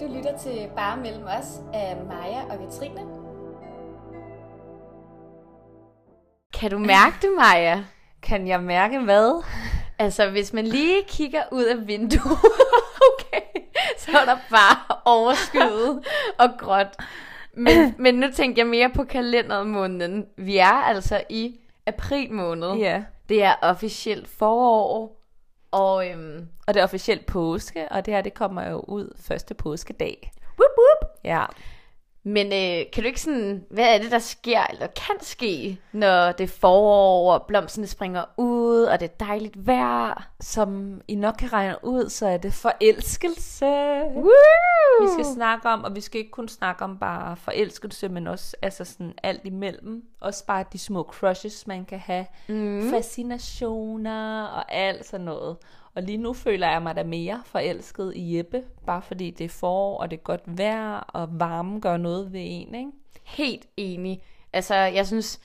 Du lytter til Bare Mellem Os af Maja og Katrine. Kan du mærke det, Maja? Kan jeg mærke hvad? Altså, hvis man lige kigger ud af vinduet, okay, så er der bare overskyet og gråt. Men, men nu tænker jeg mere på kalendermåneden. Vi er altså i april måned. Ja. Det er officielt forår, og øhm, Og det er officielt påske, og det her det kommer jo ud første påskedag. whoop, whoop. Ja. Men øh, kan du ikke sådan, hvad er det, der sker, eller kan ske, når det er forår, og blomsterne springer ud, og det er dejligt vejr? Som I nok kan regne ud, så er det forelskelse. Woo! Vi skal snakke om, og vi skal ikke kun snakke om bare forelskelse, men også altså sådan alt imellem. Også bare de små crushes, man kan have. Mm. Fascinationer og alt sådan noget. Og lige nu føler jeg mig da mere forelsket i Jeppe, bare fordi det er forår, og det er godt vejr, og varmen gør noget ved en, ikke? Helt enig. Altså, jeg synes,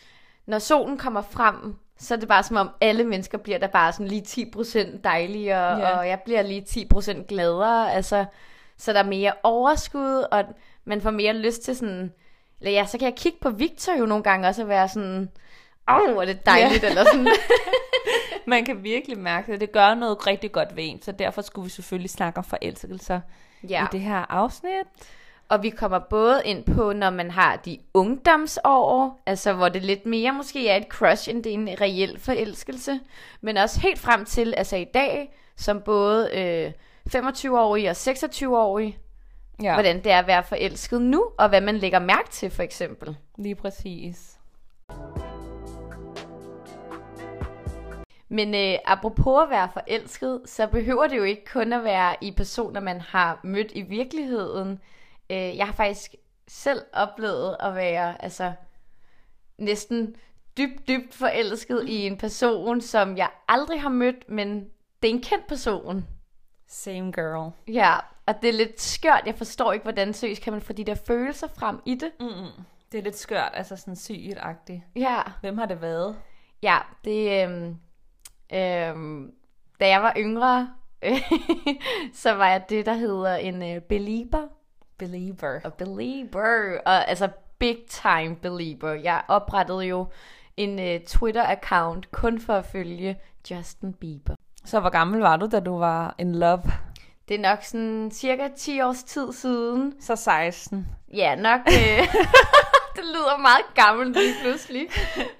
når solen kommer frem, så er det bare som om alle mennesker bliver der bare sådan lige 10% dejligere, Ja. yeah. og jeg bliver lige 10% gladere. Altså, så der er mere overskud, og man får mere lyst til sådan... Eller ja, så kan jeg kigge på Victor jo nogle gange også og være sådan... Åh, oh, er det dejligt, yeah. eller sådan. Man kan virkelig mærke det. Det gør noget rigtig godt ved en, så derfor skulle vi selvfølgelig snakke om forelskelser ja. ja. i det her afsnit. Og vi kommer både ind på, når man har de ungdomsår, altså hvor det lidt mere måske er et crush, end det er en reel forelskelse, men også helt frem til, altså i dag, som både øh, 25-årig og 26-årig, ja. hvordan det er at være forelsket nu, og hvad man lægger mærke til for eksempel. Lige præcis. Men øh, apropos at være forelsket, så behøver det jo ikke kun at være i personer, man har mødt i virkeligheden. Øh, jeg har faktisk selv oplevet at være altså, næsten dybt, dybt forelsket i en person, som jeg aldrig har mødt, men det er en kendt person. Same girl. Ja, og det er lidt skørt. Jeg forstår ikke, hvordan seriøst kan man få de der følelser frem i det. Mm-mm. Det er lidt skørt, altså sådan sygt -agtigt. Ja. Hvem har det været? Ja, det... Øhm, øhm, da jeg var yngre, øh, så var jeg det, der hedder en øh, belieber. Believer. Og belieber, og altså big time belieber. Jeg oprettede jo en øh, Twitter-account kun for at følge Justin Bieber. Så hvor gammel var du, da du var in love? Det er nok sådan cirka 10 års tid siden. Så 16. Ja, nok... Øh, det lyder meget gammelt lige pludselig.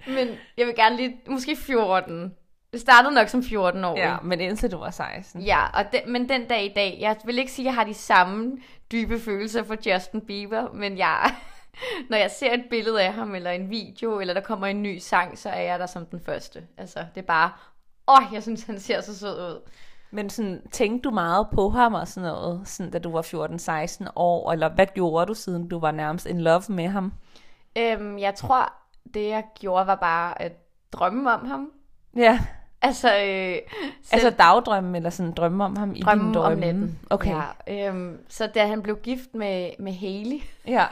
Men jeg vil gerne lige... Måske 14. Det startede nok som 14-årig. Ja, men indtil du var 16. Ja, og den, men den dag i dag, jeg vil ikke sige, at jeg har de samme dybe følelser for Justin Bieber, men jeg, når jeg ser et billede af ham, eller en video, eller der kommer en ny sang, så er jeg der som den første. Altså, det er bare, åh, jeg synes, han ser så sød ud. Men sådan, tænkte du meget på ham og sådan noget, sådan, da du var 14-16 år? Eller hvad gjorde du, siden du var nærmest in love med ham? Øhm, jeg tror, det jeg gjorde, var bare at drømme om ham. Ja. Altså, øh, selv Altså dagdrømme, eller sådan drømme om ham i dine drømme drømme? om natten. Okay. Ja. Ja, øhm, så da han blev gift med, med Haley, ja.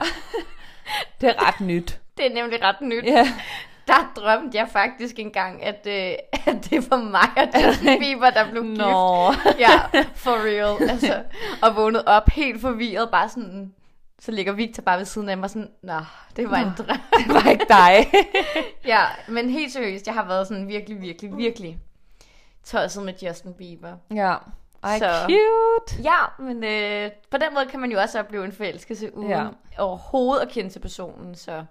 det er ret nyt. det er nemlig ret nyt. Ja. Der drømte jeg faktisk engang, at, øh, at det var mig og Justin Bieber, der blev gift. Nå. Ja, for real. Altså, og vågnede op helt forvirret, bare sådan... Så ligger Victor bare ved siden af mig sådan, nå, det var en drøm. Det var ikke dig. ja, men helt seriøst, jeg har været sådan virkelig, virkelig, virkelig tosset med Justin Bieber. ja. Ej, Så. så. cute. Ja, men øh, på den måde kan man jo også opleve en forelskelse uden ja. Ja. overhovedet at kende til personen, så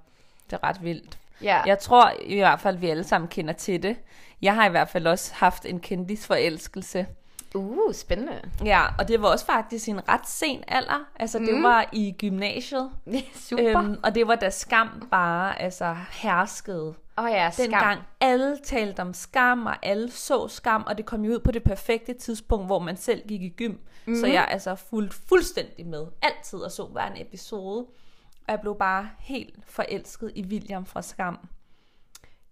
Det er ret vildt. ja. Jeg tror i hvert fald, vi alle sammen kender til det. Jeg har i hvert fald også haft en kendisforelskelse. Uh, spændende. Ja, og det var også faktisk i en ret sen alder. Altså, mm. det var i gymnasiet. Super. Åh øhm, og det var da skam bare altså, herskede. oh, ja, skam. Dengang alle talte om skam, og alle så skam, og det kom jo ud på det perfekte tidspunkt, hvor man selv gik i gym. Mm-hmm. Så jeg altså fulgte fuldstændig med altid og så hver en episode. Og jeg blev bare helt forelsket i William fra Skam.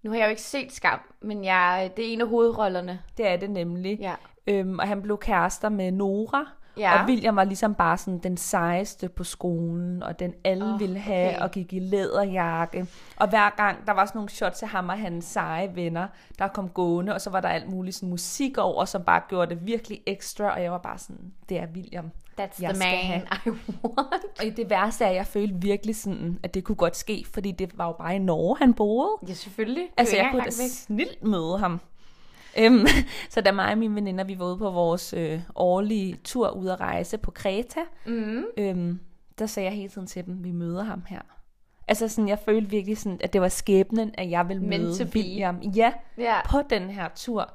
Nu har jeg jo ikke set Skam, men jeg, det er en af hovedrollerne. Det er det nemlig. Ja. Øhm, og han blev kærester med Nora, Ja. Og William var ligesom bare sådan den sejeste på skolen, og den alle Åh, oh, ville have, okay. okay. og gik i læderjakke. Og hver gang, der var sådan nogle shots af ham og hans seje venner, der kom gående, og så var der alt muligt sådan musik over, som bare gjorde det virkelig ekstra, og jeg var bare sådan, det er William. That's the Jeg skal man I want. Og i det værste er, at jeg følte virkelig sådan, at det kunne godt ske, fordi det var jo bare i Norge, han boede. Ja, selvfølgelig. Det Altså, er jo jeg ikke kunne da engang væk. snilt møde ham. Øhm, så da mig og mine veninder, vi var ude på vores øh, årlige tur ud at rejse på Kreta, Mm. øhm, der sagde jeg hele tiden til dem, vi møder ham her. Altså sådan, jeg følte virkelig sådan, at det var skæbnen, at jeg ville Meant to møde be. William. Ja, Ja. på den her tur.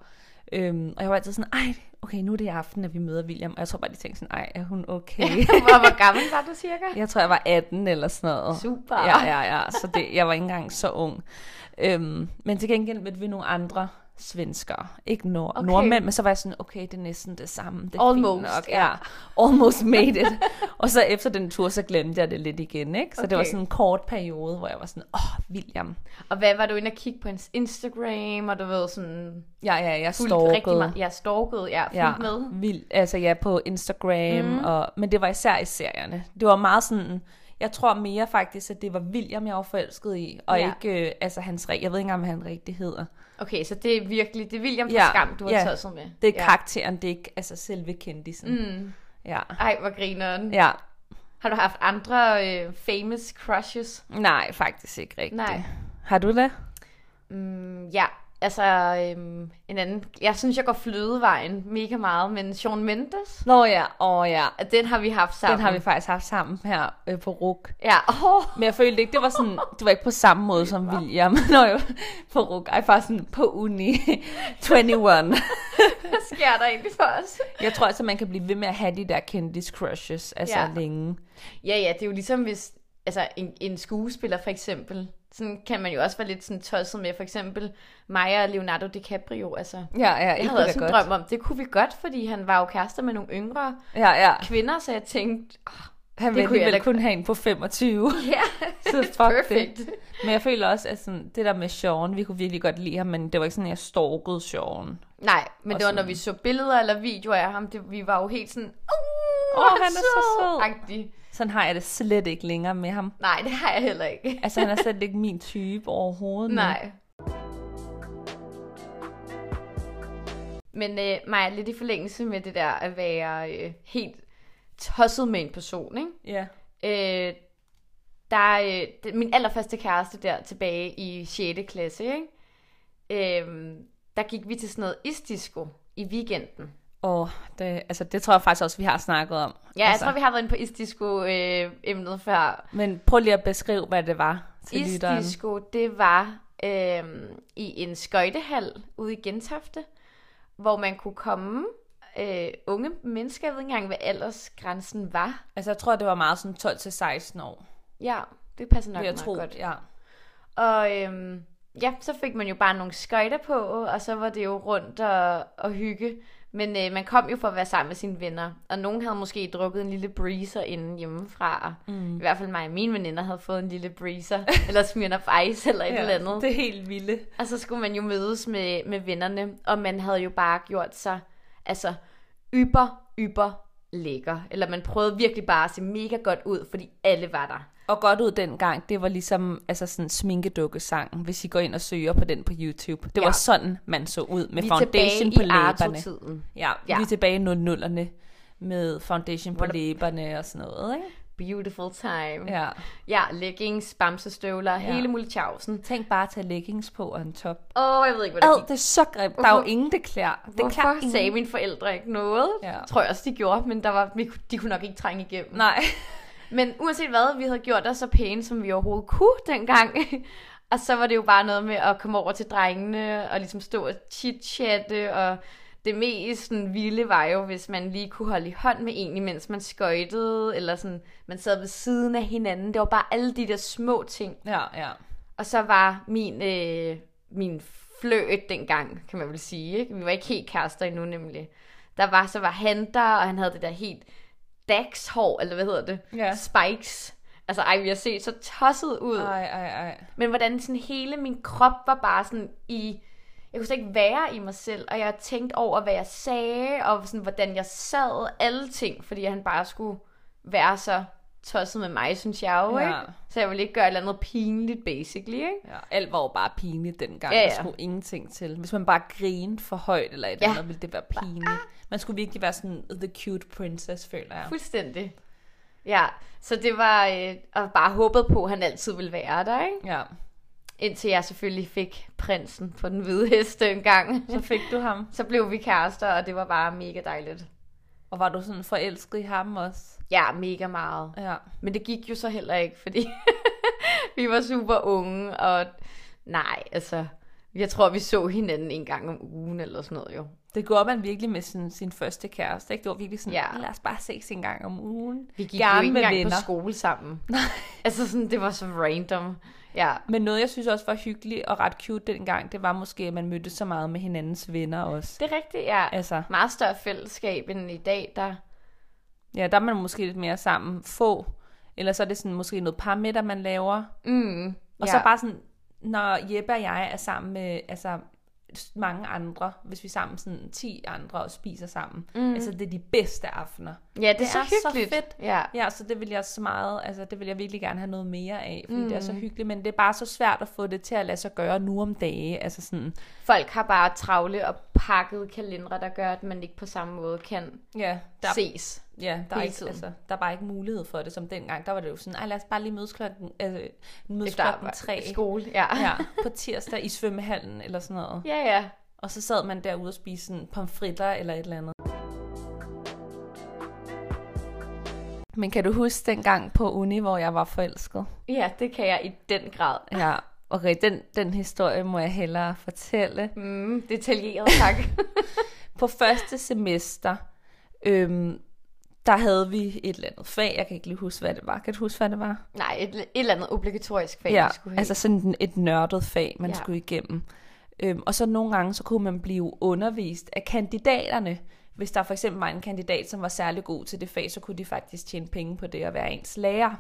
Øhm, og jeg var altid sådan, ej, okay, nu er det i aften, at vi møder William. Og jeg tror bare, de tænkte sådan, ej, er hun okay? Hvor, hvor gammel var du cirka? jeg tror, jeg var 18 eller sådan noget. Super. Ja, ja, ja. Så det, jeg var ikke engang så ung. Øhm, men til gengæld mødte vi nogle andre svenskere. Ikke nord- Okay. okay. nordmænd, men så var jeg sådan, okay, det er næsten det samme. Det er Almost, fint nok. Ja. Almost made it. og så efter den tur, så glemte jeg det lidt igen. Ikke? Så okay. det var Okay. sådan en kort periode, hvor jeg var sådan, åh, oh, William. Og hvad var du inde og kigge på hans Instagram, og du ved sådan... Ja, ja, jeg Fulgt stalkede. rigtig meget. Ja, stalket. Ja, fulgt Ja, med. Mhm. vild, altså ja, på Instagram, mm. og, men det var især i serierne. Det var meget sådan, jeg tror mere faktisk, at det var William, jeg var forelsket i, og Ja. ja. ikke, øh, altså hans, re- jeg ved ikke engang, hvad han rigtig hedder. Okay, så det er virkelig... Det er William fra Ja, Skam, du har ja. tosset med. Det er ja. ja. karakteren, det er ikke altså selve kendisen. Mm. Ja. Ej, hvor grineren. ja, Har du haft andre øh, famous crushes? nej, faktisk ikke rigtigt. Nej. Har du det? Mm, ja, altså øhm, en anden. Jeg synes, jeg går flødevejen mega meget, men Sean Mendes, Nå ja, åh ja. den har vi haft sammen. Den har vi faktisk haft sammen her øh, på RUK. Ja, oh, Men jeg følte ikke, det var sådan, det var ikke på samme måde som William, når jeg var på RUK. Ej, faktisk sådan på uni 21. hvad sker der egentlig for os? Jeg tror altså, man kan blive ved med at have de der kendis crushes, altså Ja. ja. længe. Ja, ja, det er jo ligesom hvis altså, en, en skuespiller for eksempel, sådan kan man jo også være lidt sådan tosset med, for eksempel mig og Leonardo DiCaprio, altså. Ja, ja, Jeg havde også en drøm om, det kunne vi godt, fordi han var jo kærester med nogle yngre Ja, ja. kvinder, så jeg tænkte, Han kunne vil jeg alligevel da- kun have en på 25. ja, Så fuck perfekt. det. Men jeg føler også, at sådan, det der med Sean, vi kunne virkelig godt lide ham, men det var ikke sådan, at jeg stalkede Sean. Nej, men Og det var, når sådan- vi så billeder eller videoer af ham, det, vi var jo helt sådan, uh, Åh, han er så sød. Agtig. Sådan har jeg det slet ikke længere med ham. Nej, det har jeg heller ikke. Altså, han er slet ikke min type overhovedet. nu. Nej. Men øh, Maja, lidt i forlængelse med det der at være øh, helt tosset med en person, ikke? Ja. Øh, der, øh, det, min allerførste kæreste der tilbage i 6. klasse, ikke? Øh, der gik vi til sådan noget isdisco i weekenden. Og det, altså, det tror jeg faktisk også, vi har snakket om. Ja, altså. altså, jeg tror, vi har været inde på isdisco-emnet før. Men prøv lige at beskrive, hvad det var til lytteren. Isdisco, det var øhm, i en skøjtehal ude i Gentofte, hvor man kunne komme øh, unge mennesker, jeg ved ikke engang, hvad aldersgrænsen var. Altså, jeg tror, det var meget sådan 12-16 år. Ja, det passer nok vil jeg meget tro. godt. Ja. Og øhm, ja, så fik man jo bare nogle skøjter på, og så var det jo rundt og, og hygge. Men øh, man kom jo for at være sammen med sine venner, og nogen havde måske drukket en lille breezer inden hjemmefra. Mm. I hvert fald mig og mine veninder havde fået en lille breezer, eller Smirnoff Ice eller et ja, eller andet. Det er helt vilde. Og så skulle man jo mødes med, med vennerne, og man havde jo bare gjort sig, altså, yber, yber lækker. Eller man prøvede virkelig bare at se mega godt ud, fordi alle var der. Og godt ud dengang, det var ligesom altså sådan sminkedukkesangen, hvis I går ind og søger på den på YouTube. Det Ja. var sådan, man så ud med Vi er foundation tilbage på i læberne. Arto-tiden. Ja, Ja. ja, vi er tilbage i 00'erne med foundation på Hvor der- læberne og sådan noget, ikke? Beautiful time. Ja. ja leggings, bamsestøvler, ja. hele muligtjavsen. Tænk bare at tage leggings på og en top. Åh, jeg ved ikke, hvad Ad, der det er så grimt. Der er jo ingen, det klæder. Det klæder Hvorfor ingen. sagde mine forældre ikke noget? Ja. Tror jeg også, de gjorde, men der var, vi kunne- de kunne nok ikke trænge igennem. Nej. Men uanset hvad, vi havde gjort os så pæne, som vi overhovedet kunne dengang. og så var det jo bare noget med at komme over til drengene, og ligesom stå og chit-chatte, og det mest sådan, vilde var jo, hvis man lige kunne holde i hånd med en, mens man skøjtede, eller sådan, man sad ved siden af hinanden. Det var bare alle de der små ting. Ja, ja. Og så var min, øh, min fløt dengang, kan man vel sige. Ikke? Vi var ikke helt kærester endnu nemlig. Der var, så var han der, og han havde det der helt dagshår, eller hvad hedder det? Ja. Spikes. Altså, ej, vi har set så tosset ud. Ej. Ej, ej, ej. Men hvordan sådan hele min krop var bare sådan i, jeg kunne slet ikke være i mig selv, og jeg tænkte over, hvad jeg sagde, og sådan, hvordan jeg sad, alle ting, fordi han bare skulle være så tosset med mig, synes jeg jo, Ja. ikke? Så jeg ville ikke gøre et eller andet pinligt, basically, ikke? Ja, alt var jo bare pinligt dengang. Ja, Ja, ja. ja. Der skulle ingenting til. Hvis man bare grinede for højt eller et Ja. "Ah!" ja. andet, ville det være pinligt. Man skulle virkelig være sådan the cute princess, føler jeg. Fuldstændig. Ja, så det var, øh, og bare håbet på, at han altid ville være der, ikke? Ja. Indtil jeg selvfølgelig fik prinsen på den hvide hest en gang. Så fik du ham. Så blev vi kærester, og det var bare mega dejligt. Og var du sådan forelsket i ham også? Ja, mega meget. Ja. Men det gik jo så heller ikke, fordi vi var super unge, og nej, altså, jeg tror, vi så hinanden en gang om ugen eller sådan noget jo. Det gjorde man virkelig med sin, sin første kæreste, ikke? Det var virkelig sådan, Ja. ja. lad os bare ses en gang om ugen. Vi gik Gerne jo ikke med engang på venner. skole sammen. altså sådan, det var så random. Ja, Men noget, jeg synes også var hyggeligt og ret cute dengang, det var måske, at man mødtes så meget med hinandens venner også. det er rigtigt, ja. Altså, Meget større fællesskab end i dag, der... ja, der er man måske lidt mere sammen få. Eller så er det sådan måske noget parmiddag, man laver. Mm, Og ja. så bare sådan, når Jeppe og jeg er sammen med altså, s- mange andre, hvis vi er sammen sådan 10 andre og spiser sammen, mm. altså det er de bedste aftener. Ja, det, det er så er så hyggeligt. fedt. Ja. Ja, så det vil jeg så meget, altså det vil jeg virkelig gerne have noget mere af, fordi mm. det er så hyggeligt, men det er bare så svært at få det til at lade sig gøre nu om dage, altså sådan, Folk har bare travle og pakket kalendere, der gør, at man ikke på samme måde kan ja, der, der. ses. ja, der, er hele ikke, tiden. altså, der er bare ikke mulighed for det, som dengang, der var det jo sådan, "Ej, lad os bare lige mødes klokken, altså, mødes klokken arbejde. tre, Skole, ja. ja, på tirsdag i svømmehallen eller sådan noget. ja, ja. Og så sad man derude og spiste sådan pomfritter eller et eller andet. Men kan du huske dengang på uni, hvor jeg var forelsket? Ja, det kan jeg i den grad. Ja, okay, den, den historie må jeg hellere fortælle. Mm, detaljeret, tak. På første semester, øhm, der havde vi et eller andet fag. Jeg kan ikke lige huske, hvad det var. Kan du huske, hvad det var? Nej, et, et eller andet obligatorisk fag, ja, vi skulle have. altså sådan et nørdet fag, man Ja. ja. skulle igennem. Øhm, og så nogle gange, så kunne man blive undervist af kandidaterne. Hvis der for eksempel var en kandidat, som var særlig god til det fag, så kunne de faktisk tjene penge på det at være ens lærer.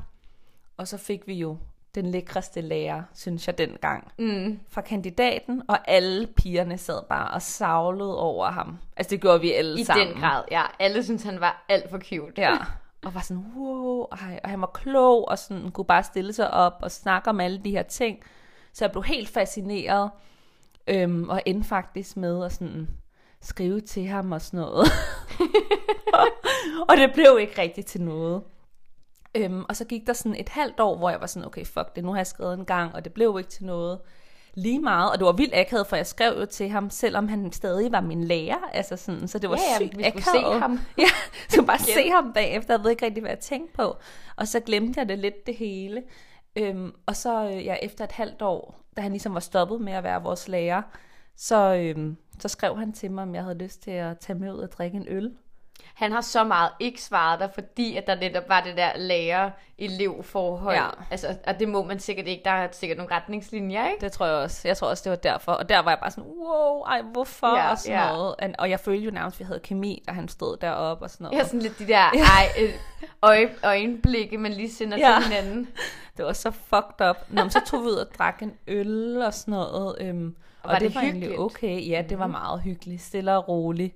Og så fik vi jo den lækreste lærer, synes jeg dengang, mm. fra kandidaten, og alle pigerne sad bare og savlede over ham. Altså det gjorde vi alle I sammen. den grad, ja. Alle synes han var alt for cute. Ja. Og var sådan, wow, ej, og han var klog, og sådan kunne bare stille sig op og snakke om alle de her ting. Så jeg blev helt fascineret, øhm, og endte faktisk med at sådan skrive til ham og sådan noget. og det blev ikke rigtigt til noget. Øhm, og så gik der sådan et halvt år, hvor jeg var sådan, okay, fuck det, nu har jeg skrevet en gang, og det blev ikke til noget. Lige meget, og det var vildt akavet, for jeg skrev jo til ham, selvom han stadig var min lærer, altså sådan, så det var Ja, ja, sygt vi skulle se akavet. ham. Ja, så bare se ham bagefter, jeg ved ikke rigtig, hvad jeg tænkte på. Og så glemte jeg det lidt det hele. Øhm, og så øh, ja, efter et halvt år, da han ligesom var stoppet med at være vores lærer, så, øhm, så skrev han til mig, om jeg havde lyst til at tage med ud og drikke en øl. Han har så meget ikke svaret dig, fordi at der netop var det der lærer-elev-forhold. Ja. Altså, og det må man sikkert ikke. Der er sikkert nogle retningslinjer, ikke? Det tror jeg også. Jeg tror også, det var derfor. Og der var jeg bare sådan, wow, ej, hvorfor? Ja, Ja, og sådan ja. ja. noget. And- Og jeg følte jo nærmest, at vi havde kemi, da han stod deroppe og sådan noget. Jeg har sådan lidt de der ej, øh, øje, øjenblikke, man lige sender ja. Ja. til hinanden. Det var så fucked up. Nå, men så tog vi ud og drak en øl og sådan noget. Øhm, og, var og det, det det var egentlig hyggeligt? Mhm. okay. Ja, det var meget hyggeligt. Stille og roligt.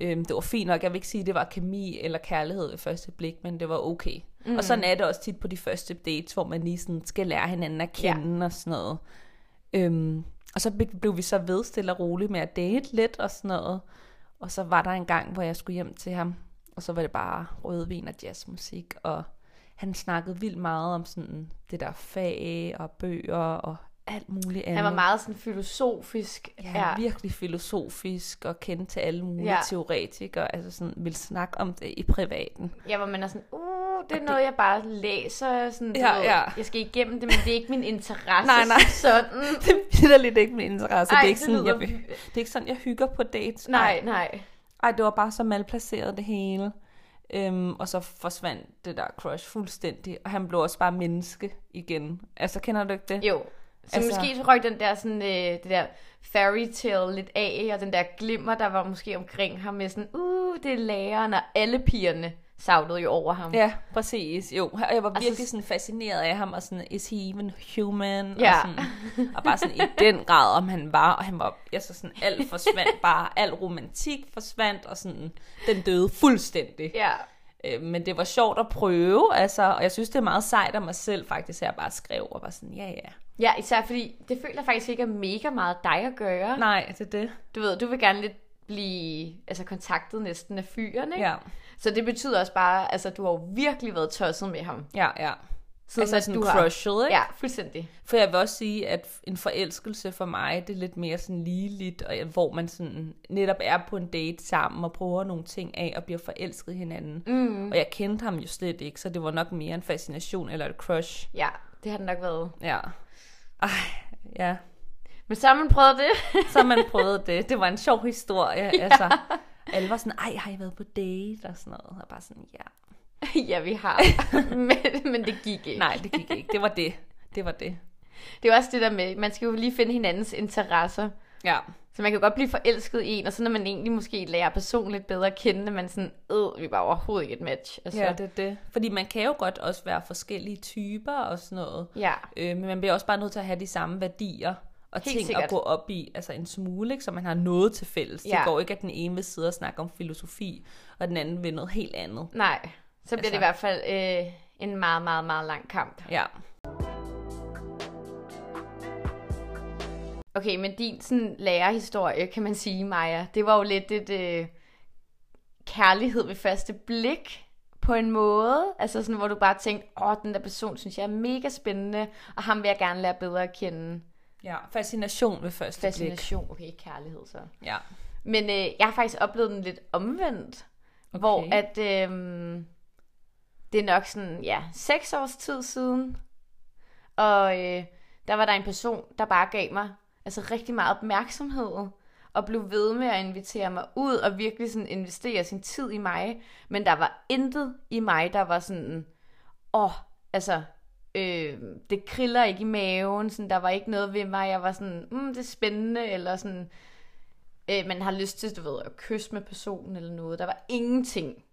Øhm, det var fint nok. Jeg vil ikke sige, at det var kemi eller kærlighed ved første blik, men det var okay. Mhm. Mm. Og sådan er det også tit på de første dates, hvor man lige sådan skal lære hinanden at kende ja. og sådan noget. Øhm, og så be- blev vi så ved stille og roligt med at date lidt og sådan noget. Og så var der en gang, hvor jeg skulle hjem til ham, og så var det bare rødvin og jazzmusik, og han snakkede vildt meget om sådan det der fag og bøger og alt muligt andet. Han var meget sådan filosofisk. Mm. ja, ja. virkelig filosofisk og kendte til alle mulige Ja. ja. teoretikere, altså sådan ville snakke om det i privaten. Ja, hvor man er sådan, uh, det er noget, jeg bare læser. Sådan, Ja, ja, ja. ja. Jeg skal igennem det, men det er ikke min interesse. Nej, nej. som Sådan. Det er lidt ikke min interesse. Ej, det, er ikke det det, sådan, lyder jeg, vil- det er ikke sådan, jeg hygger på dates. Nej, nej. Ej, det var bare så malplaceret det hele. Øhm, og så forsvandt det der crush fuldstændig, og han blev også bare menneske igen. Altså, kender du ikke det? Jo. Så altså, Altså- måske så røg den der, sådan, øh, det der fairy tale lidt af, og den der glimmer, der var måske omkring ham med sådan, uh, det er læreren og alle pigerne savlede jo over ham. Ja, præcis. Jo, og jeg var så- virkelig sådan fascineret af ham, og sådan, is he even human? Ja. Og, sådan, og bare sådan i den grad, om han var, og han var, altså sådan, alt forsvandt bare, al romantik forsvandt, og sådan, den døde fuldstændig. ja. Øh, men det var sjovt at prøve, altså, og jeg synes, det er meget sejt af mig selv, faktisk, at jeg bare skrev, og var sådan, ja, ja. Ja, især fordi det føler faktisk ikke er mega meget dig at gøre. Nej, det er det. Du ved, du vil gerne lidt blive altså, kontaktet næsten af fyren, ikke? Ja, Så det betyder også bare, altså du har jo virkelig været tosset med ham. ja, ja. Siden altså at sådan crushet, ikke? Ja, fuldstændig. For jeg vil også sige, at en forelskelse for mig, det er lidt mere sådan ligeligt, og jeg- hvor man sådan netop er på en date sammen og prøver nogle ting af og bliver forelsket i hinanden. Mm. Og jeg kendte ham jo slet ikke, så det var nok mere en fascination eller et crush. Ja, det har den nok været. Ja. Ej, ja. Men så har man prøvet det. Så man prøvede det. Det var en sjov historie. Ja. Altså, alle var sådan, ej, har I været på date og sådan noget? Og bare sådan, ja. ja, vi har. men, men det gik ikke. Nej, det gik ikke. Det var det. Det var det. Det er jo også det der med, man skal jo lige finde hinandens interesser. Ja. Så man kan jo godt blive forelsket i en, og så når man egentlig måske lærer personen lidt bedre at kende, at man sådan, øh, vi var overhovedet ikke et match. Altså, Ja, det er det. Fordi man kan jo godt også være forskellige typer og sådan noget. ja. Øh, men man bliver også bare nødt til at have de samme værdier og Helt ting sikkert. at gå op i, altså en smule, ikke? så man har noget til fælles. Ja. Ja. Det går ikke, at den ene vil sidde og snakke om filosofi, og den anden vil noget helt andet. Nej, så bliver altså... det i hvert fald øh, en meget, meget, meget lang kamp. Ja. Okay, men din sådan, lærerhistorie, kan man sige, Maja, det var jo lidt et øh, kærlighed ved første blik på en måde. Altså sådan, hvor du bare tænkte, åh, den der person synes jeg er mega spændende, og ham vil jeg gerne lære bedre at kende. ja. Fascination ved første blik. Fascination, okay, ikke kærlighed så. Ja. Men øh, jeg har faktisk oplevet den lidt omvendt, okay. hvor at øh, det er nok sådan, ja, seks års tid siden, og øh, der var der en person, der bare gav mig altså rigtig meget opmærksomhed, og blev ved med at invitere mig ud, og virkelig sådan investere sin tid i mig, men der var intet i mig, der var sådan, åh, altså, øh, det kriller ikke i maven, sådan, der var ikke noget ved mig, jeg var sådan, mm, det er spændende, eller sådan, øh, man har lyst til, du ved, at kysse med personen eller noget. Der var ingenting.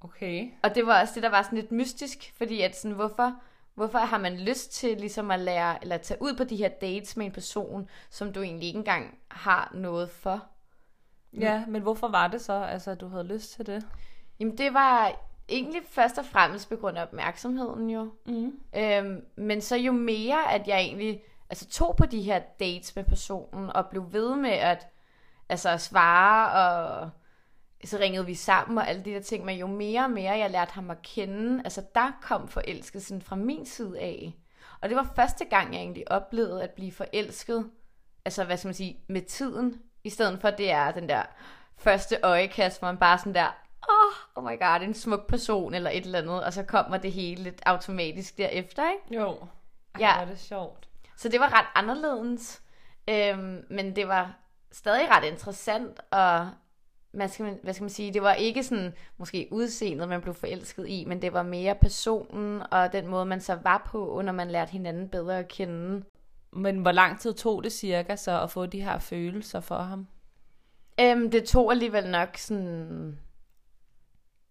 Okay. Og det var også det, der var sådan lidt mystisk, fordi at sådan, hvorfor, hvorfor har man lyst til ligesom at lære, eller at tage ud på de her dates med en person, som du egentlig ikke engang har noget for? Ja, men hvorfor var det så, altså, at du havde lyst til det? Jamen det var egentlig først og fremmest på grund af opmærksomheden jo. Mm. Øhm, men så jo mere, at jeg egentlig altså, tog på de her dates med personen, og blev ved med at altså, svare, og så ringede vi sammen og alle de der ting, men jo mere og mere jeg lærte ham at kende, altså der kom forelskelsen fra min side af. Og det var første gang, jeg egentlig oplevede at blive forelsket, altså hvad skal man sige, med tiden, i stedet for at det er den der første øjekast, hvor man bare sådan der, åh, oh, oh my god, en smuk person eller et eller andet, og så kommer det hele lidt automatisk derefter, ikke? Jo. Ej, Ja. ja. var det sjovt. Så det var ret anderledes, øhm, men det var stadig ret interessant, og man skal, man- hvad skal man sige, det var ikke sådan måske udseendet, man blev forelsket i, men det var mere personen og den måde, man så var på, når man lærte hinanden bedre at kende. Men hvor lang tid tog det cirka så at få de her følelser for ham? Øhm, det tog alligevel nok sådan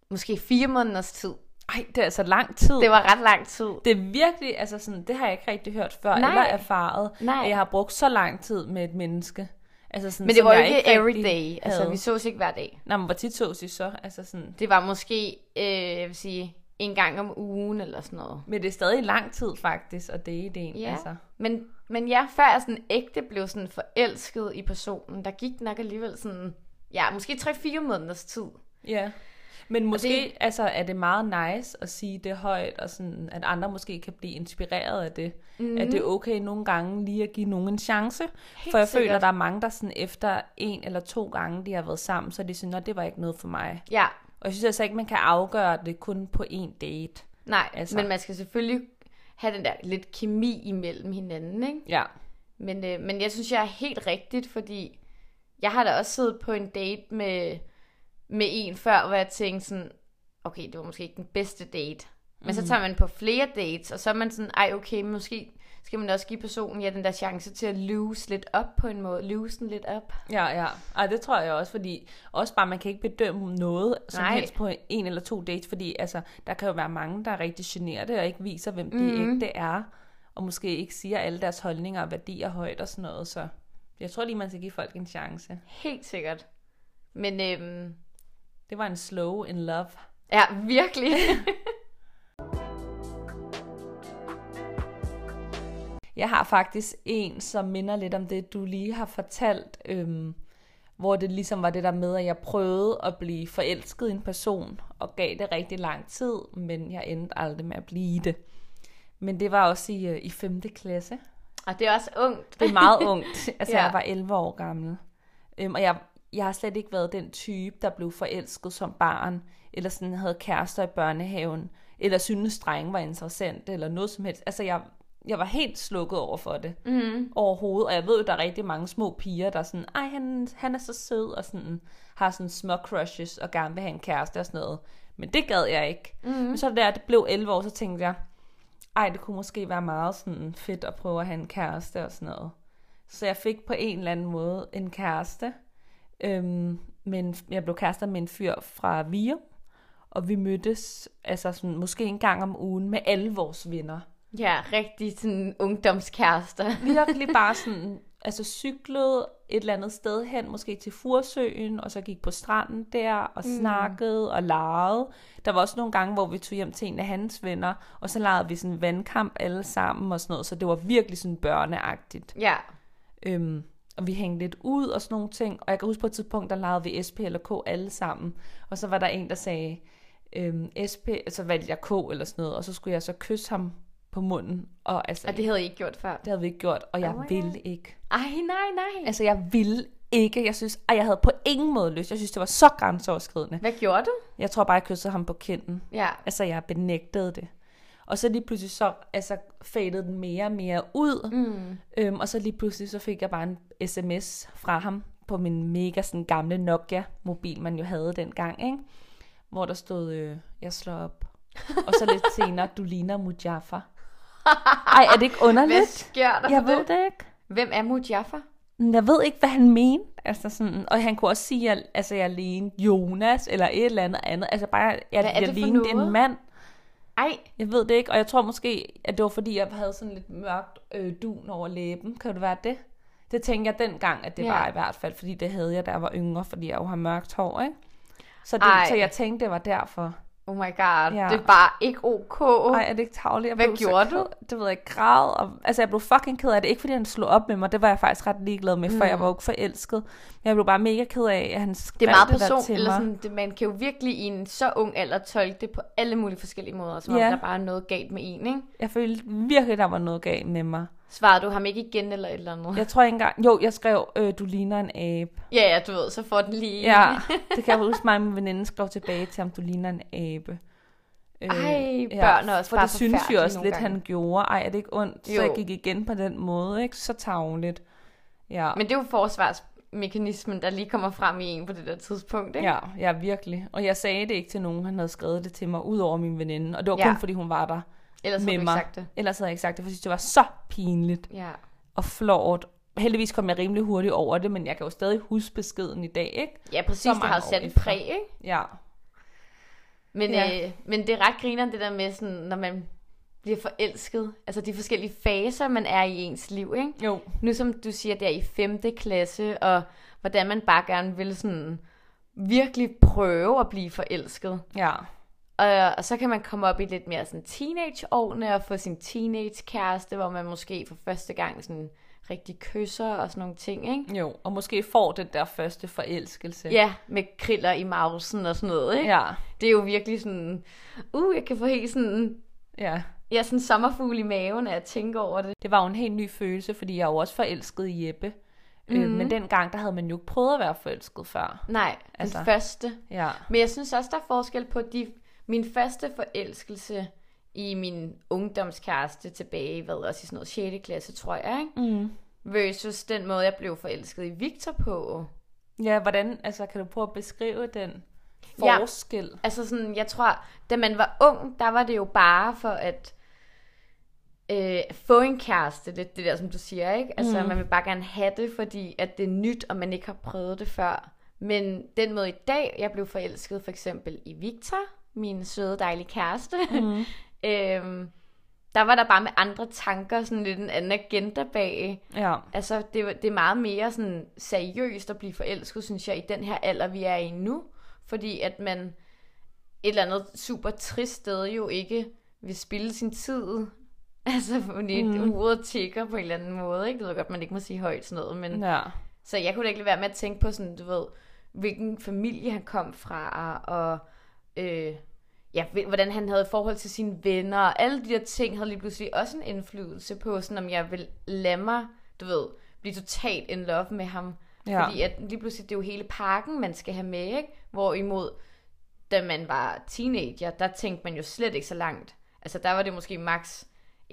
måske fire måneders tid. Ej, det er altså lang tid. Det var ret lang tid. Det er virkelig, altså sådan, det har jeg ikke rigtig hørt før, Nej. Nej. eller erfaret, Nej. at jeg har brugt så lang tid med et menneske. Altså sådan, Men det som var jo jeg ikke, ikke rigtig everyday. Altså, havde. vi sås ikke hver dag. Nå, men hvor tit sås I så? Altså sådan, Det var måske, øh, jeg vil sige, en gang om ugen eller sådan noget. men det er stadig lang tid faktisk, og det er det en, Ja. altså. Men, men ja, før jeg sådan ægte blev sådan forelsket i personen, der gik nok alligevel sådan, ja, måske 3-4 måneders tid. Ja. Men måske det- det... altså, er det meget nice at sige det højt, og sådan, at andre måske kan blive inspireret af det. Mm. At det Mhm. er okay nogle gange lige at give nogen en chance. Helt for jeg sikkert. føler, der er mange, der sådan efter en eller to gange, de har været sammen, så er de sådan, at det var ikke noget for mig. Ja, Og jeg synes altså ikke, man kan afgøre det kun på en date. nej, altså. Altså. men man skal selvfølgelig have den der lidt kemi imellem hinanden, ikke? Ja. Men, øh, men jeg synes, jeg er helt rigtigt, fordi jeg har da også siddet på en date med, med en før, hvor jeg tænkte sådan, okay, det var måske ikke den bedste date. Men så tager man på flere dates, og så er man sådan, ej okay, måske skal man også give personen ja, den der chance til at loose lidt op på en måde. Loose den lidt op. Ja, ja. Ej, det tror jeg også, fordi også bare, man kan ikke bedømme noget som Nej. helst på en eller to dates, fordi altså, der kan jo være mange, der er rigtig generede og ikke viser, hvem de mm. ægte er, og måske ikke siger alle deres holdninger og værdier højt og sådan noget, så jeg tror lige, man skal give folk en chance. Helt sikkert. Men øhm, Det var en slow in love. ja, virkelig. Jeg har faktisk en, som minder lidt om det, du lige har fortalt, øhm, hvor det ligesom var det der med, at jeg prøvede at blive forelsket i en person, og gav det rigtig lang tid, men jeg endte aldrig med at blive det. Men det var også i, øh, i 5. klasse. og det er også ungt. Det er meget ungt. Altså, Ja. ja. jeg var 11 år gammel. Øhm, og jeg, jeg har slet ikke været den type, der blev forelsket som barn, eller sådan havde kærester i børnehaven, eller synes drenge var interessant, eller noget som helst. Altså, jeg, jeg var helt slukket over for det. Mm. Overhovedet. Og jeg ved jo, der er rigtig mange små piger, der er sådan, ej, han, han er så sød, og sådan, har sådan små crushes, og gerne vil have en kæreste og sådan noget. Men det gad jeg ikke. Mm. Men så der, det blev 11 år, så tænkte jeg, ej, det kunne måske være meget sådan fedt at prøve at have en kæreste og sådan noget. Så jeg fik på en eller anden måde en kæreste. Øhm, men jeg blev kærester med en fyr fra Virum, og vi mødtes altså sådan, måske en gang om ugen med alle vores venner. Ja, rigtig sådan ungdomskærester. Virkelig bare sådan, altså cyklede et eller andet sted hen, måske til Fursøen, og så gik på stranden der, og snakkede og legede. Der var også nogle gange, hvor vi tog hjem til en af hans venner, og så legede vi sådan vandkamp alle sammen og sådan noget, så det var virkelig sådan børneagtigt. Ja. Øhm, og vi hængte lidt ud og sådan nogle ting. Og jeg kan huske på et tidspunkt, der legede vi SP eller K alle sammen. Og så var der en, der sagde øhm, SP, så valgte jeg K eller sådan noget. Og så skulle jeg så kysse ham på munden. Og altså, Og det havde I ikke gjort før. det havde vi ikke gjort, og jeg Oh oh my ville ikke. Ej, nej, nej. Altså, jeg ville ikke. Jeg synes, og jeg havde på ingen måde lyst. Jeg synes, det var så grænseoverskridende. Hvad gjorde du? Jeg tror bare, jeg kyssede ham på kinden. Ja. Altså, jeg benægtede det. Og så lige pludselig så altså, fadede den mere og mere ud. Mm. Øhm, og så lige pludselig så fik jeg bare en sms fra ham på min mega sådan, gamle Nokia-mobil, man jo havde dengang, ikke? Hvor der stod, øh, jeg slår op. Og så lidt senere, du ligner Mujaffa. Ej, er det ikke Hvad underligt? sker der? Jeg ved det ikke. Hvem er Mujaffa? Men Jeg ved ikke, hvad han mente. Altså sådan, og han kunne også sige, at jeg, altså, jeg lignede Jonas, eller et eller andet andet. Altså bare, jeg, Hvad er det jeg for lignede en noget? mand. Ej, Jeg ved det ikke, og jeg tror måske, at det var fordi, jeg havde sådan lidt mørkt øh, dun over læben. Kan det være det? Det tænker jeg dengang, at det Ja. yeah. var i hvert fald, fordi det havde jeg, da jeg var yngre, fordi jeg jo har mørkt hår, ikke? Så, det, Ej. så jeg tænkte, det var derfor. oh my god. Ja. Det er bare ikke ok. Ej, er det ikke tavligt? Jeg Hvad blev så gjorde ked- du? Det ved jeg ikke, græd. Og, altså, jeg blev fucking ked af det. Ikke fordi han slog op med mig, det var jeg faktisk ret ligeglad med, for jeg var jo ikke forelsket. Men jeg blev bare mega ked af, at han skrev Mm. Det er meget der personligt, til eller mig. sådan, det, man kan jo virkelig i en så ung alder tolke det på alle mulige forskellige måder, som Ja. om der bare er noget galt med en, ikke? Jeg følte virkelig, der var noget galt med mig. Svarer du ham ikke igen eller et eller andet? Jeg tror ikke engang... Jo, jeg skrev, øh, du ligner en abe. Ja, ja, du ved, så får den lige... Ja, det kan jeg huske, mig og min veninde skrev tilbage til ham, du ligner en abe. Øh, Ej, børn er også for bare det synes jeg forfærdelige også nogle lidt, gange. han gjorde. Ej, er det ikke ondt? Jo. Jo. Så jeg gik igen på den måde, ikke? Så tavligt. Ja, Men det er jo forsvarsmekanismen, der lige kommer frem i en på det der tidspunkt, ikke? ja, ja, virkelig. Og jeg sagde det ikke til nogen, han havde skrevet det til mig, udover min veninde. Og det var Ja. kun, fordi hun var der Ellers har med du mig. ikke sagt det. Ellers havde jeg ikke sagt det, for jeg synes, det var så pinligt Ja. og flot. Heldigvis kom jeg rimelig hurtigt over det, men jeg kan jo stadig huske beskeden i dag, ikke? Ja, præcis, Så det mange har jo år sat et efter. præg, ikke? Ja, Men, Ja. ja. øh, men det er ret griner det der med, sådan, når man bliver forelsket. Altså de forskellige faser, man er i ens liv, ikke? jo. Nu som du siger, der i 5. klasse, og hvordan man bare gerne vil sådan virkelig prøve at blive forelsket. Ja, Og, og så kan man komme op i lidt mere sådan teenageårene og få sin teenage-kæreste, hvor man måske for første gang sådan rigtig kysser og sådan nogle ting, ikke? jo. Og måske får den der første forelskelse. Ja, med kriller i mausen og sådan noget, ikke? Ja, Det er jo virkelig sådan, uh, jeg kan få helt sådan, ja. ja, sådan sommerfugl i maven af at tænke over det. Det var jo en helt ny følelse, fordi jeg er jo også forelsket i Jeppe. Mm-hmm. Øh, Mhm. men dengang, der havde man jo ikke prøvet at være forelsket før. Nej, den Altså. altså. første. Ja. Men jeg synes også, der er forskel på de, min første forelskelse i min ungdomskæreste tilbage, hvad også i sådan noget 6. klasse, tror jeg, ikke? Mm. Versus den måde, jeg blev forelsket i Victor på. Ja, hvordan, altså kan du prøve at beskrive den? Ja. forskel. Ja. Altså sådan, jeg tror, da man var ung, der var det jo bare for at øh, få en kæreste, lidt det der, som du siger, ikke? Altså, mm. man vil bare gerne have det, fordi at det er nyt, og man ikke har prøvet det før. Men den måde i dag, jeg blev forelsket for eksempel i Victor, min søde, dejlige kæreste, mm. øhm, der var der bare med andre tanker, sådan lidt en anden agenda bag. ja. Altså, det, det er meget mere sådan seriøst at blive forelsket, synes jeg, i den her alder, vi er i nu. Fordi at man et eller andet super trist sted jo ikke vil spille sin tid. Altså, fordi mm. uret tikker på en eller anden måde, ikke? Det ved jeg godt, man ikke må sige højt sådan noget, men... Ja. Så jeg kunne da ikke lade være med at tænke på sådan, du ved, hvilken familie han kom fra, og øh, ja, hvil- hvordan han havde forhold til sine venner, og alle de der ting havde lige pludselig også en indflydelse på, sådan om jeg vil lade mig, du ved, blive totalt in love med ham. Ja. Ja. Fordi at lige pludselig, det er jo hele pakken, man skal have med, ikke? Hvorimod, da man var teenager, der tænkte man jo slet ikke så langt. Altså, der var det måske max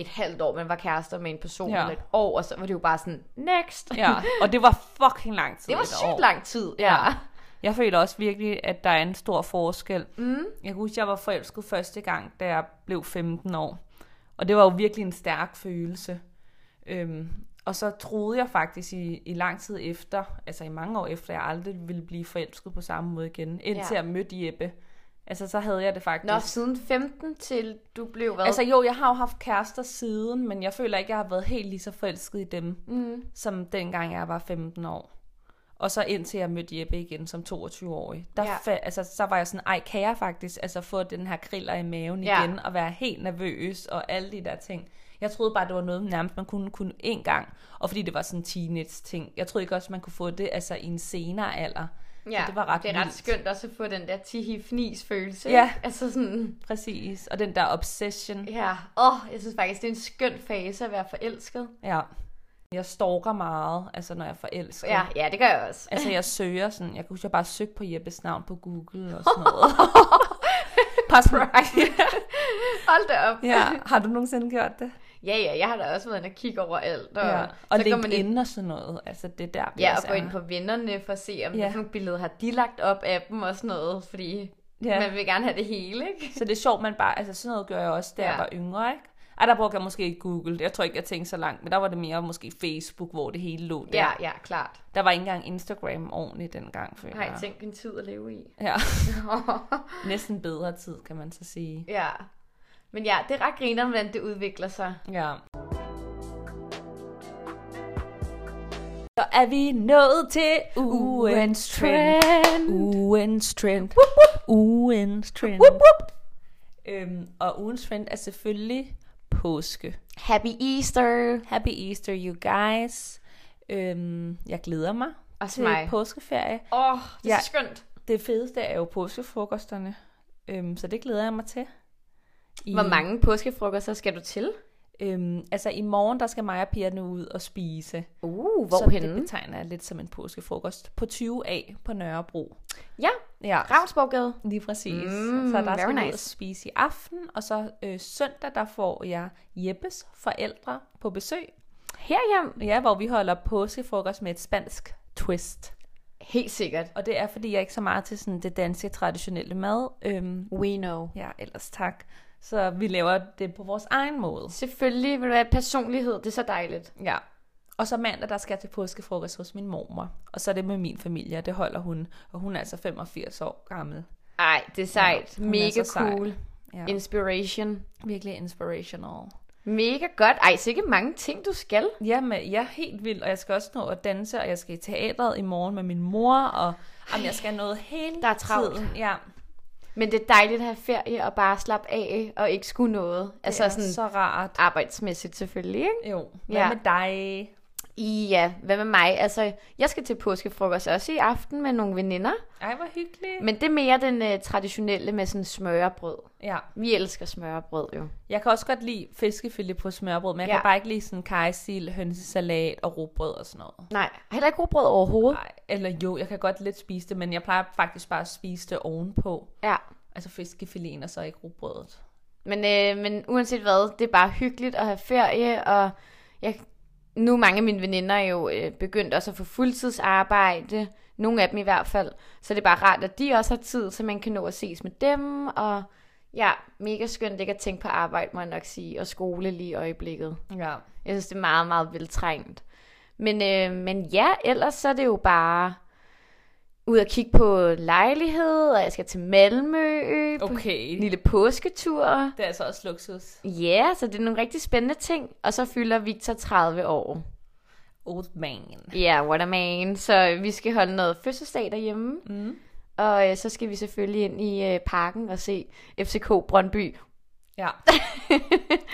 et halvt år, man var kærester med en person, Ja. ja. eller et år, og så var det jo bare sådan, next! ja. Og det var fucking lang tid. Det var et sygt år. lang tid, ja. Ja. Jeg føler også virkelig, at der er en stor forskel. Mm. Jeg kan huske, jeg var forelsket første gang, da jeg blev 15 år. Og det var jo virkelig en stærk følelse. Øhm, og så troede jeg faktisk i, i lang tid efter, altså i mange år efter, at jeg aldrig ville blive forelsket på samme måde igen, indtil ja. Ja. jeg mødte Jeppe. Altså så havde jeg det faktisk. Nå, siden 15 til du blev hvad? Altså jo, jeg har jo haft kærester siden, men jeg føler ikke, jeg har været helt lige så forelsket i dem, mm. som dengang jeg var 15 år. Og så indtil jeg mødte Jeppe igen som 22-årig. Der ja. Ja. fa- altså, så var jeg sådan, ej, kan jeg faktisk altså, få den her kriller i maven Ja. igen, og være helt nervøs og alle de der ting. Jeg troede bare, det var noget, nærmest man kunne kun én gang. Og fordi det var sådan en teenage-ting. Jeg troede ikke også, man kunne få det altså, i en senere alder. ja, så det var ret det er ret vildt. skønt også at få den der tihi fnis følelse. Ja. ikke? Altså sådan, Præcis. Og den der obsession. ja, åh, oh, jeg synes faktisk, det er en skøn fase at være forelsket. Ja. Jeg stalker meget, altså når jeg er forelsket. Ja, ja, det gør jeg også. Altså, jeg søger sådan, jeg kan huske, jeg bare søgte på Jeppes navn på Google og sådan noget. Pas Hold da op. ja, har du nogensinde gjort det? ja, ja, jeg har da også været inde og kigge over alt. Og, Ja. Og så går man LinkedIn ind, ind... og sådan noget, altså det er der, vi ja, også og gå er. ind på vennerne for at se, om Ja. ja. nogle billeder har de lagt op af dem og sådan noget, fordi Ja. ja. man vil gerne have det hele, ikke? Så det er sjovt, man bare, altså sådan noget gør jeg også, da ja. jeg Ja. var yngre, ikke? Ej, der brugte jeg måske ikke Google, jeg tror ikke, jeg tænkte så langt, men der var det mere måske Facebook, hvor det hele lå der. Ja, ja, klart. Der var ikke engang Instagram ordentligt dengang, føler Nej, jeg. tænk en tid at leve i. Ja. Næsten bedre tid, kan man så sige. Ja. Men ja, det er ret griner, hvordan det udvikler sig. Ja. Så er vi nået til ugens trend. Ugens trend. Woop, woop. Ugens trend. Woop, woop. Øhm, og ugens trend er selvfølgelig påske. Happy Easter! Happy Easter, you guys. Øhm, jeg glæder mig Også til mig. påskeferie. Åh, oh, det er Ja. ja. så skønt. Det fedeste er jo påskefrokosterne, øhm, så det glæder jeg mig til. I, Hvor mange påskefrokoster skal du til? Øhm, altså i morgen, der skal mig og pigerne ud og spise. Uh, Så det betegner jeg lidt som en påskefrokost. På 20A på Nørrebro. Ja, Ja, Ravnsborggade. lige præcis. Mm, så der skal very vi ud nice. og spise i aften, og så øh, søndag, der får jeg Jeppes forældre på besøg. Herhjem. Ja, hvor vi holder påskefrokost med et spansk twist. Helt sikkert. Og det er, fordi jeg er ikke så meget til sådan det danske traditionelle mad. Øhm, We know. ja, ellers tak. Så vi laver det på vores egen måde. Selvfølgelig vil du have personlighed. Det er så dejligt. Ja. Og så mandag, der skal jeg til påskefrokost hos min mormor. Og så er det med min familie, og det holder hun. Og hun er altså 85 år gammel. Ej, det er sejt. Ja, Ja, hun er Mega så sej. cool. Ja. Inspiration. Virkelig inspirational. Mega godt. Ej, sikke mange ting, du skal. Jamen, jeg er helt vild, og jeg skal også nå at danse, og jeg skal i teatret i morgen med min mor, og jamen, jeg skal noget hele Der er travlt. tiden. Ja, Men det er dejligt at have ferie og bare slappe af og ikke skulle noget. det Altså er sådan så rart. arbejdsmæssigt selvfølgelig, ikke? Jo, hvad ja. Ja. med dig? Ja, hvad med mig? Altså, jeg skal til påskefrokost også i aften med nogle veninder. Ej, hvor hyggeligt. Men det er mere den øh, traditionelle med sådan smørbrød. Ja, Vi elsker smørbrød jo. jeg kan også godt lide fiskefilet på smørbrød, men jeg ja. Ja. kan bare ikke lide sådan kajsild, hønsesalat og rugbrød og sådan noget. Nej, heller ikke rugbrød overhovedet. Nej, eller jo, jeg kan godt lidt spise det, men jeg plejer faktisk bare at spise det ovenpå. Ja. Altså fiskefileten og så ikke rugbrødet. Men, øh, men uanset hvad, det er bare hyggeligt at have ferie, og jeg, nu er mange af mine veninder jo øh, begyndt også at få fuldtidsarbejde. Nogle af dem i hvert fald. Så det er bare rart, at de også har tid, så man kan nå at ses med dem. Og ja, mega skønt ikke at tænke på arbejde, må jeg nok sige, og skole lige i øjeblikket. Ja. Jeg synes, det er meget, meget veltrængt. Men, øh, men ja, ellers så er det jo bare ud at kigge på lejlighed, og jeg skal til Malmø på Okay. en lille påsketur. Det er altså også luksus. Ja, så det er nogle rigtig spændende ting. Og så fylder Victor 30 år. Old man. Ja, yeah, what a man. Så vi skal holde noget fødselsdag derhjemme. Mm. Og øh, så skal vi selvfølgelig ind i øh, parken og se FCK Brøndby. Ja.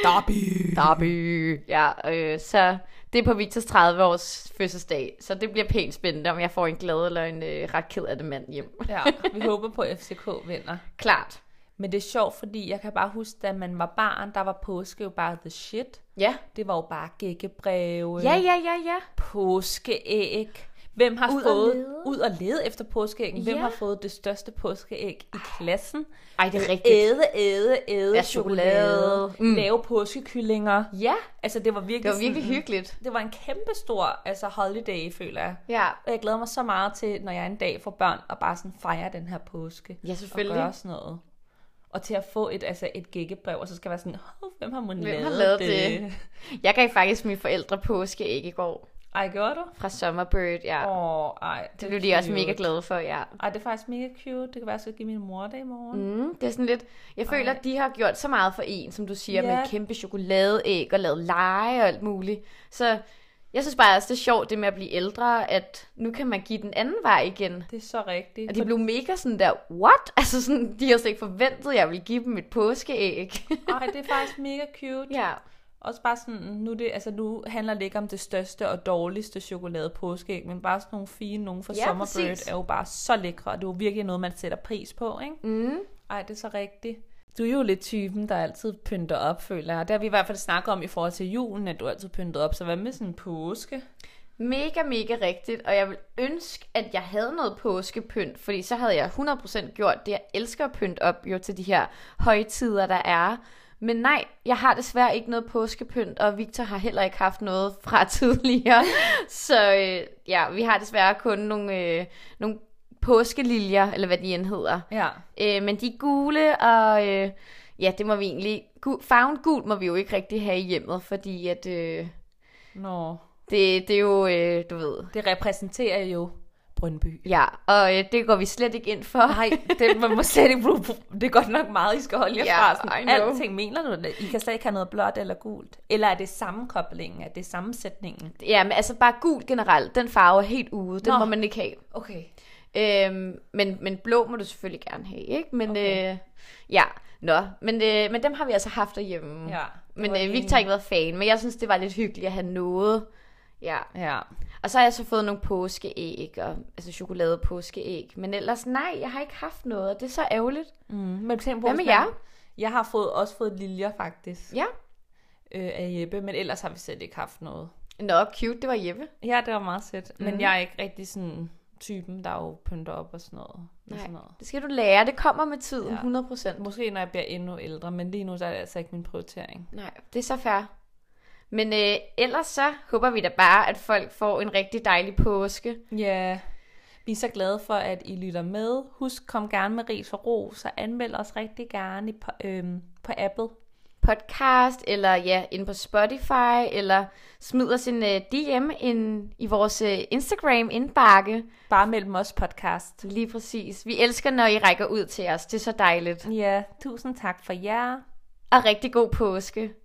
Derby. Derby. Ja, øh, så det er på Victors 30-års fødselsdag. Så det bliver pænt spændende, om jeg får en glad eller en øh, ret ked af det mand hjem. ja, vi håber på, at FCK vinder. Klart. Men det er sjovt, fordi jeg kan bare huske, da man var barn, der var påske jo bare the shit. Ja. Det var jo bare gækkebreve, Ja, ja, ja, ja. påskeæg. Hvem har Ud at fået lede. ud og lede efter påskeæg? Hvem Ja. har fået det største påskeæg i klassen? Ej, det er rigtigt. Æde, æde, æde Ja, ja, chokolade. chokolade. Mm. Mm. Lave påskekyllinger. Ja, Altså, det var virkelig, det var virkelig sådan, hyggeligt. Det var en kæmpe stor altså, holiday, føler jeg. Ja. Og jeg glæder mig så meget til, når jeg en dag får børn, og bare sådan fejre den her påske. Ja, selvfølgelig. Og gøre sådan noget. Og til at få et, altså et gækkebrev, og så skal jeg være sådan, oh, hvem har mon Hvem lavet, har lavet det? det? Jeg gav faktisk mine forældre påskeæg i går Ej, gjorde du? fra Summerbird, ja. Oh, Åh, oh, ej. det blev de også mega glade for, ja. Ej, det er faktisk mega cute. Det kan være, at jeg skal give min mor det i morgen. Mm. Mm, det er sådan lidt, jeg føler, Ej. at de har gjort så meget for en, som du siger, Ja. med kæmpe chokoladeæg og lavet lege og alt muligt. Så jeg synes bare også, det er sjovt, det med at blive ældre, at nu kan man give den anden vej igen. Det er så rigtigt. Og de blev mega sådan der, what? Altså sådan, de har slet ikke forventet, at jeg ville give dem et påskeæg. Ej, det er faktisk mega cute. ja. Også bare sådan, nu, er det, altså nu handler det ikke om det største og dårligste chokolade påskeæg, men bare sådan nogle fine, nogle fra Ja, ja, Summerbird præcis. er jo bare så lækre, og det er jo virkelig noget, man sætter pris på, ikke? Mm. Ej, det er så rigtigt. Du er jo lidt typen, der altid pynter op, føler jeg. Det har vi i hvert fald snakket om i forhold til julen, at du altid pynter op. Så hvad med sådan en påske? Mega, mega rigtigt, og jeg vil ønske, at jeg havde noget påskepynt, fordi så havde jeg 100% gjort det, jeg elsker at pynte op jo til de her højtider, der er. Men nej, jeg har desværre ikke noget påskepynt, og Victor har heller ikke haft noget fra tidligere. Så øh, ja, vi har desværre kun nogle, øh, nogle påskeliljer, eller hvad de end hedder. Ja. Øh, men de er gule, og øh, ja, det må vi egentlig... Gu- farven gul må vi jo ikke rigtig have i hjemmet, fordi at... Øh, Nå, det, det er jo, øh, du ved, det repræsenterer jo Brøndby. Ja, og øh, det går vi slet ikke ind for. Nej, det, man må slet ikke bruge... Det er godt nok meget, I skal holde jer Ja, fra. I Sådan, know. alting mener du det? I kan slet ikke have noget blåt eller gult. Eller er det sammenkoblingen? Er det sammensætningen? Ja, men altså bare gul generelt, den farve er helt ude, den Nå. Nå. må man ikke have. Okay. Øhm, men, men blå må du selvfølgelig gerne have, ikke? Men okay. Okay. øh, ja, nå, men, øh, men dem har vi altså haft derhjemme. Ja. men Mm. Det var øh, lige- Victor har ikke været fan, men jeg synes, det var lidt hyggeligt at have noget. Ja, Ja. og så har jeg så fået nogle påskeæg, og, altså chokolade påskeæg. Men ellers nej, jeg har ikke haft noget, og det er så ærgerligt. Mm. Men tænk på, Hvad med hvis man- jer? Jeg har fået, også fået liljer, faktisk, Ja, øh, af Jeppe, men ellers har vi slet ikke haft noget. Mm. nå, cute, det var Jeppe. Ja, det var meget sødt. Men Mhm. jeg er ikke rigtig sådan typen, der jo pynter op og sådan noget. Nej. Nej. Sådan noget. Det skal du lære, det kommer med tiden, Ja. 100%. Måske når jeg bliver endnu ældre, men lige nu så er det altså ikke min prioritering. Nej, det er så fair. Men øh, ellers så håber vi da bare, at folk får en rigtig dejlig påske. Ja, vi er så glade for, at I lytter med. Husk, kom gerne med ris og ros, og anmeld os rigtig gerne i, på, øhm, på Apple. Podcast, eller ja, ind på Spotify, eller smid os en øh, DM ind i vores øh, Instagram-indbakke. Bare mellem os podcast. Lige præcis. Vi elsker, når I rækker ud til os. Det er så dejligt. Ja, tusind tak for jer. Og rigtig god påske.